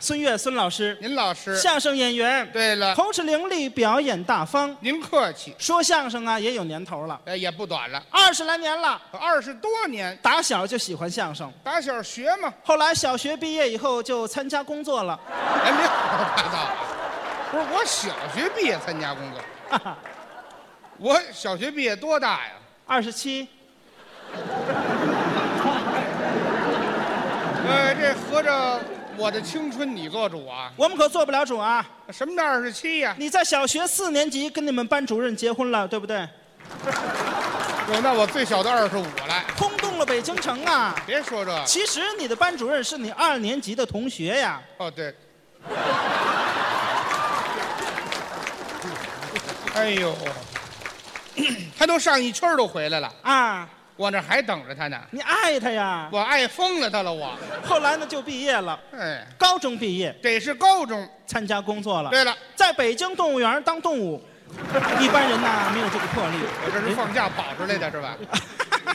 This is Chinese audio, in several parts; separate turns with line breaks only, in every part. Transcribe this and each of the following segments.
孙越孙老师，
您老师，
相声演员，
对了，
口齿伶俐，表演大方。
您客气，
说相声啊，也有年头了，
呃，也不短了，
二十来年了，
二十多年，
打小就喜欢相声。
打小学嘛，
后来小学毕业以后就参加工作了，
哎，别胡说八道，不是我小学毕业参加工作，我小学毕业多大呀？
二十七，
呃，这合着我的青春你做主啊？
我们可做不了主啊！
什么叫二十七呀？
你在小学四年级跟你们班主任结婚了，对不对？
有那我最小的二十五了，
轰动了北京城啊！
别说这个，
其实你的班主任是你二年级的同学呀，
哦对， 哎呦， 他都上一圈儿都回来了，
啊，
我那还等着他呢，
你爱他呀。
我爱疯了他了我，
后来呢就毕业了，
哎，
高中毕业
这是高中。
参加工作了，
对了，
在北京动物园当动物，一般人呐没有这个魄力。
我这是放假保出来的是吧？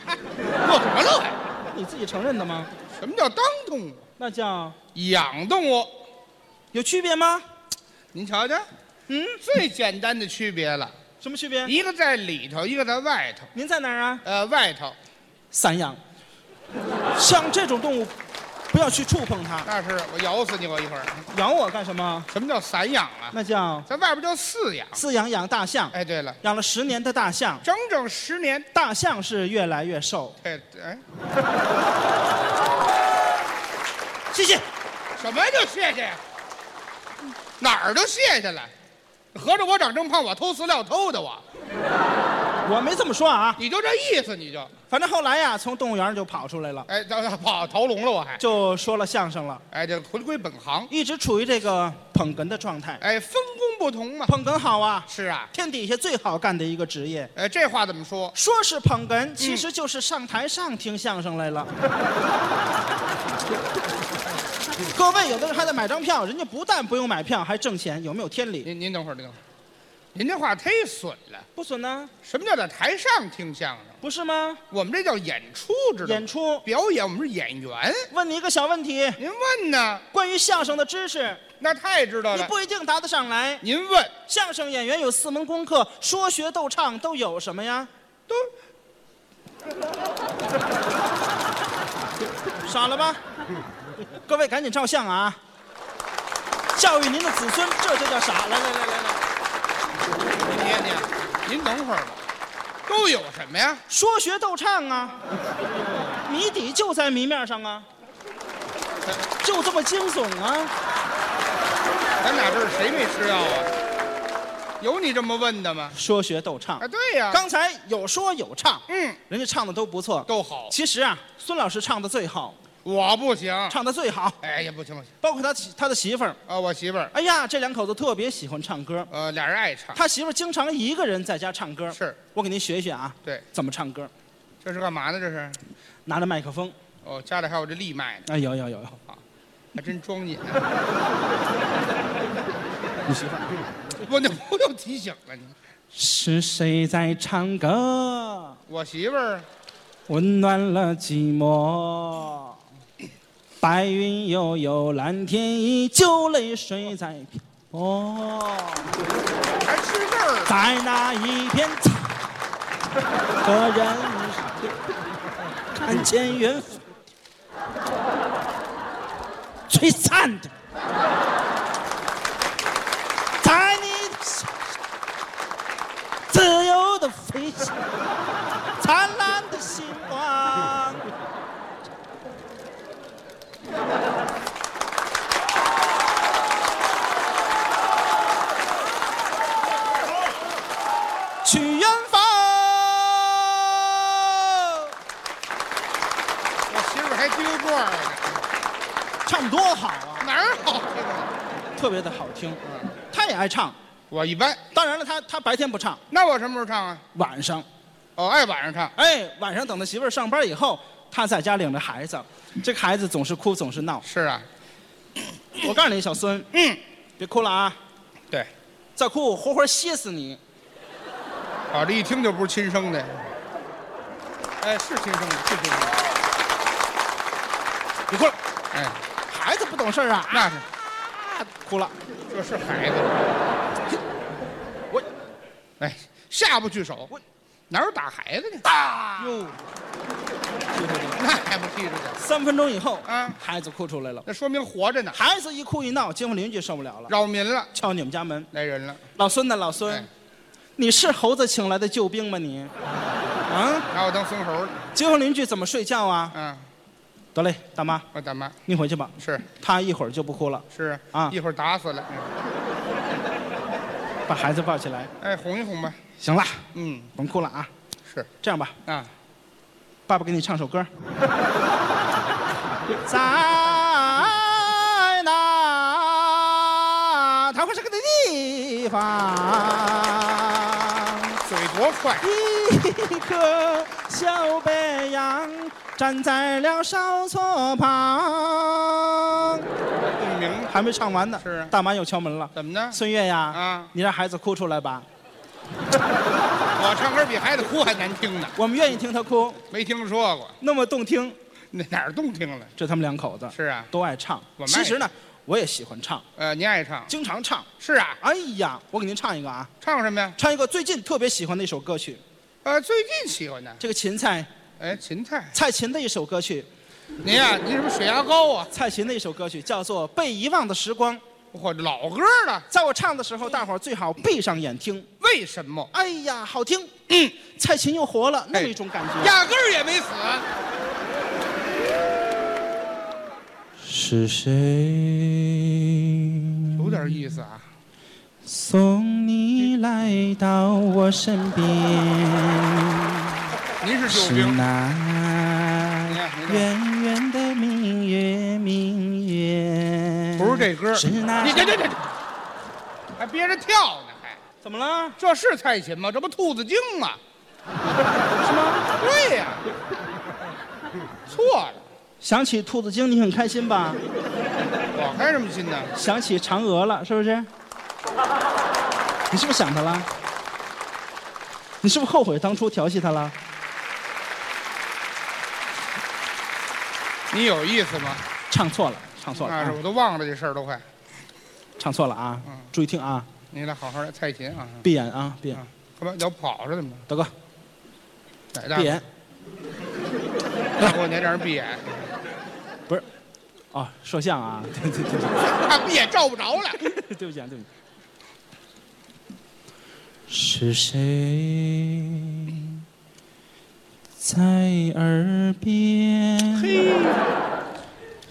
哎
乐什么乐呀？
你自己承认的吗？
什么叫当动物？
那叫
养动物？
有区别吗？
您瞧瞧，
嗯，
最简单的区别了，
什么区别？
一个在里头，一个在外头。
您在哪儿啊？
呃，外头
散养，像这种动物，不要去触碰它。
那是我咬死你我一会儿。
养我干什么？
什么叫散养啊？
那叫
在外边叫饲养。
饲养养大象，
哎，对了，
养了十年的大象，
整整十年。
大象是越来越瘦。
哎哎，
谢谢。
什么就谢谢呀？哪儿都谢谢了。合着我长这么胖，我偷饲料偷的我，
我没这么说啊，
你就这意思你就，
反正后来呀，从动物园就跑出来了，
哎，这跑逃笼了我还，
就说了相声了，
哎，这回归本行。
一直处于这个捧哏的状态。
哎，分工不同嘛。
捧哏好啊，
是啊，
天底下最好干的一个职业。
呃，这话怎么说？
说是捧哏，其实就是上台上听相声来了。 各位，有的人还得买张票，人家不但不用买票，还挣钱，有没有天理？
您您等会儿，您等会儿，您这话忒损了。
不损呢、
什么叫在台上听相声？
不是吗？
我们这叫演出，知道
演
吗？
出。
表演，我们是演员。
问你一个小问题，
您问呢？
关于相声的知识，
那太知道
你
了。
不一定答得上来。
您问
相声演员有四门功课，说学逗唱都有什么呀？
都
傻了吧？各位赶紧照相啊！教育您的子孙，这就叫傻。来来来来来，
您爷您，您等会儿吧。都有什么呀？
说学逗唱啊，谜底就在谜面上啊，就这么惊悚啊！
咱俩这儿谁没吃药啊？有你这么问的吗？
说学逗唱
啊，，对呀、
刚才有说有唱，
嗯，
人家唱的都不错。
都好。
其实啊，孙老师唱的最好，
我不行。
唱的最好，
哎呀，不行不行
包括他他的媳妇儿。
啊！我媳妇儿，
哎呀，这两口子特别喜欢唱歌，
呃，俩人爱唱。
他媳妇儿经常一个人在家唱歌。
是，
我给您学一学啊，
对，
怎么唱歌，
这是干嘛呢？这是。
拿着麦克风。
哦，家里还有这立麦呢，
哎，有有有有，
还真啊庄严。
你媳妇儿。
我那不用提醒了你，
是谁在唱歌，
我媳妇儿
温暖了寂寞？白云悠悠，蓝天依旧，泪水在飘落，
还吃字儿，
在那一片草和人上，看见远方璀璨的，在你的手上自由的飞翔，灿烂的星光。去远方，
我媳妇儿还丢座儿呢，
唱得多好啊，
哪儿好这个？
特别的好听。
嗯，
他也爱唱，
我一般。
当然了，他他白天不唱，
那我什么时候唱啊？
晚上，
哦，爱晚上唱。
哎，晚上等他媳妇儿上班以后，他在家领着孩子，这个孩子总是哭，总是闹。
是啊，
我告诉你，小孙，
嗯，
别哭了啊，
对，
再哭我活活歇死你。
啊，这一听就不是亲生的。哎，是亲生的，是亲生的。
你哭了，
哎，
孩子不懂事儿啊，
那是，
哭了。
这是孩子，
我
哎，下不去手，
我啊
哪有打孩子呢？
打哟，
那还不踢出去？
三分钟以后，
啊
孩子哭出来了。
那说明活着呢，
孩子一哭一闹，街坊邻居受不了了，
扰民了，
敲你们家门。
来人了，
老孙呐，老孙
哎，
你是猴子请来的救兵吗？你，啊，
拿我当孙猴了。
街坊邻居怎么睡觉啊？
嗯，
得嘞，大妈，
我大妈
你回去吧，
是
他一会儿就不哭了，
是
啊
一会儿打死了。嗯
把孩子抱起来。
哎，哄一哄吧。
行了，
嗯，
甭哭了啊。
是
这样吧，
啊，
爸爸给你唱首歌。 在那桃花盛开的地方，
嘴多快，
一个小白杨站在了哨所旁。
共鸣
还没唱完呢，
是啊
大妈又敲门了。
怎么呢？
孙悦呀，
啊
你让孩子哭出来吧，
我唱歌比孩子哭还难听呢，
我们愿意听他哭，
没听说过，
那么动听。
那哪儿动听了？
这他们两口子
是啊，
都爱唱
我。们爱
其实呢，我也喜欢唱，
呃，您爱唱？
经常唱。
是啊，
哎呀，我给您唱一个啊，
唱什么呀？
唱一个最近特别喜欢的一首歌曲，
呃，最近喜欢的，
这个芹菜
哎，芹菜。
蔡琴的一首歌曲，
您呀、您是不是血压高啊？
蔡琴的一首歌曲叫做《被遗忘的时光》。
我老歌了，
在我唱的时候，大伙儿最好闭上眼听。
为什么？
哎呀，好听，嗯，蔡琴又活了，那么一种感觉。
压根儿也没死。
是谁
有点意思啊，
送你来到我身边？
您是救
是
兵，
那
你看你看
圆圆的明月，明月。
不是这歌。
是那。
你这这这，这还憋着跳呢，还
怎么了？
这是蔡琴吗？这不兔子精吗？
是吗？
对呀、错了，
想起兔子精，你很开心吧？
我开什么心呢？
想起嫦娥了，是不 是？你是不是想他了？你是不是后悔当初调戏他了？
你有意思吗？
唱错了，唱错了、
啊，
啊，
我都忘了这事儿都快。
唱错了啊
嗯！
注意听啊，
你来好好来，蔡琴啊，
闭眼啊，闭眼，
啊，干嘛要跑是怎么
大哥，
着？哪
闭眼
大大过年让人闭眼，
啊，摄像啊， 对对对对。
他闭眼照不着了。
对不起啊，对不起。是谁在耳边
嘿，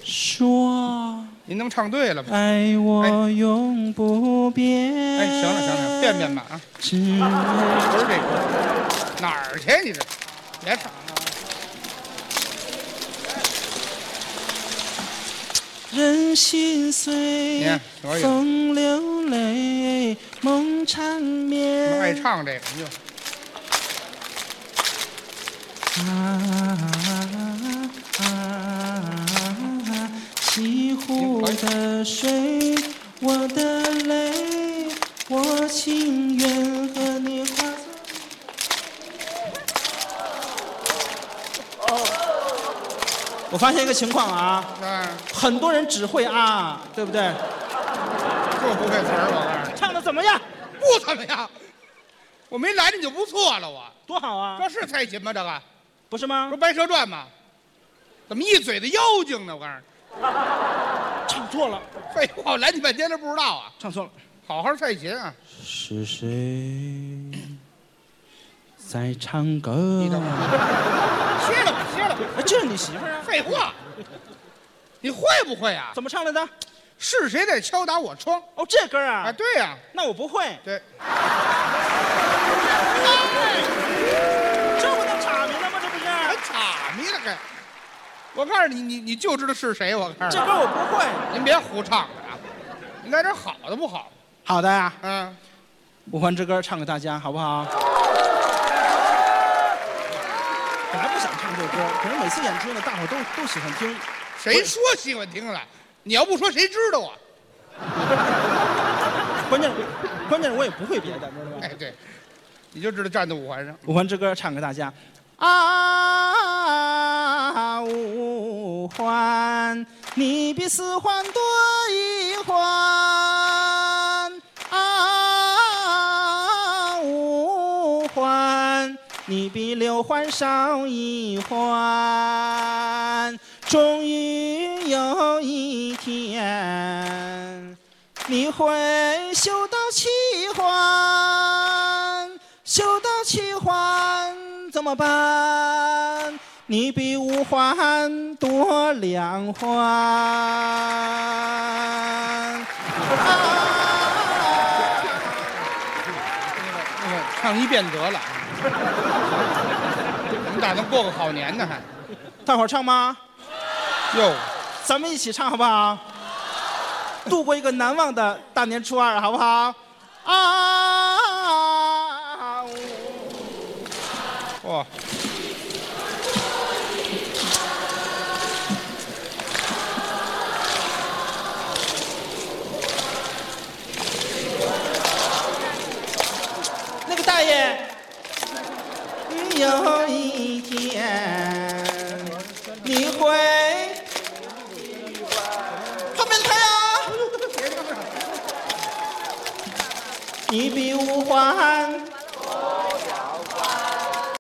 说
您能唱对了吗？
爱我永不变？
哎，行了行了，变变吧啊，
只
不是这个，哪儿去你这？别唱了，
人心
你
碎
看，我也
风流泪，梦缠
你们爱
绵。
唱这个，你就
啊啊啊！西湖的水，我的泪，我情愿和你化作。我发现一个情况啊，
啊，
很多人只会啊，对不对？
就不会词儿，我告诉
唱的怎么样？
你，不怎么样。我没来你就不错了，我
多好啊，
这是蔡琴吗？这个
不是
不
吗
是？《白蛇传》吗？怎么一嘴的妖精呢？我告诉你，
唱错了，
废话，我来你半天都不知道啊！
唱错了。
好好蔡琴啊，
是谁在唱歌
你？等会歇了吧，歇了吧。
哎，这是你媳妇儿啊？
废话，你会不会啊？
怎么唱来的？
是谁在敲打我窗？
哦，这歌啊，
啊，对呀、
那我不会，
对，
这不能查明了吗？这不
还
是？
岔迷了还。我告诉你，你你就知道是谁。我告诉
这歌我不会。
你，您别胡唱了啊！您来点好的不好？
好的呀，
嗯，
《五环之歌》唱给大家，好不好？本来不想唱这歌，可是每次演出呢，大伙儿都都喜欢听。
谁说喜欢听了？你要不说谁知道啊？
关键，关键是我也不会别的，知道吗？
哎，对，你就知道站在五环上。
五环之歌唱给大家。啊，五环，你比四环多一环。啊你比六环少一环。终于有一天，你会修到七环，修到七环怎么办？你比五环多两环。啊
那个哎唱一遍得了， 我们打算过个好年呢还。
大伙儿唱吗？
哟，
咱们一起唱好不好？度过一个难忘的大年初二，好不好？啊！
哇，
那个大爷，有一天你会后面开啊！你比五环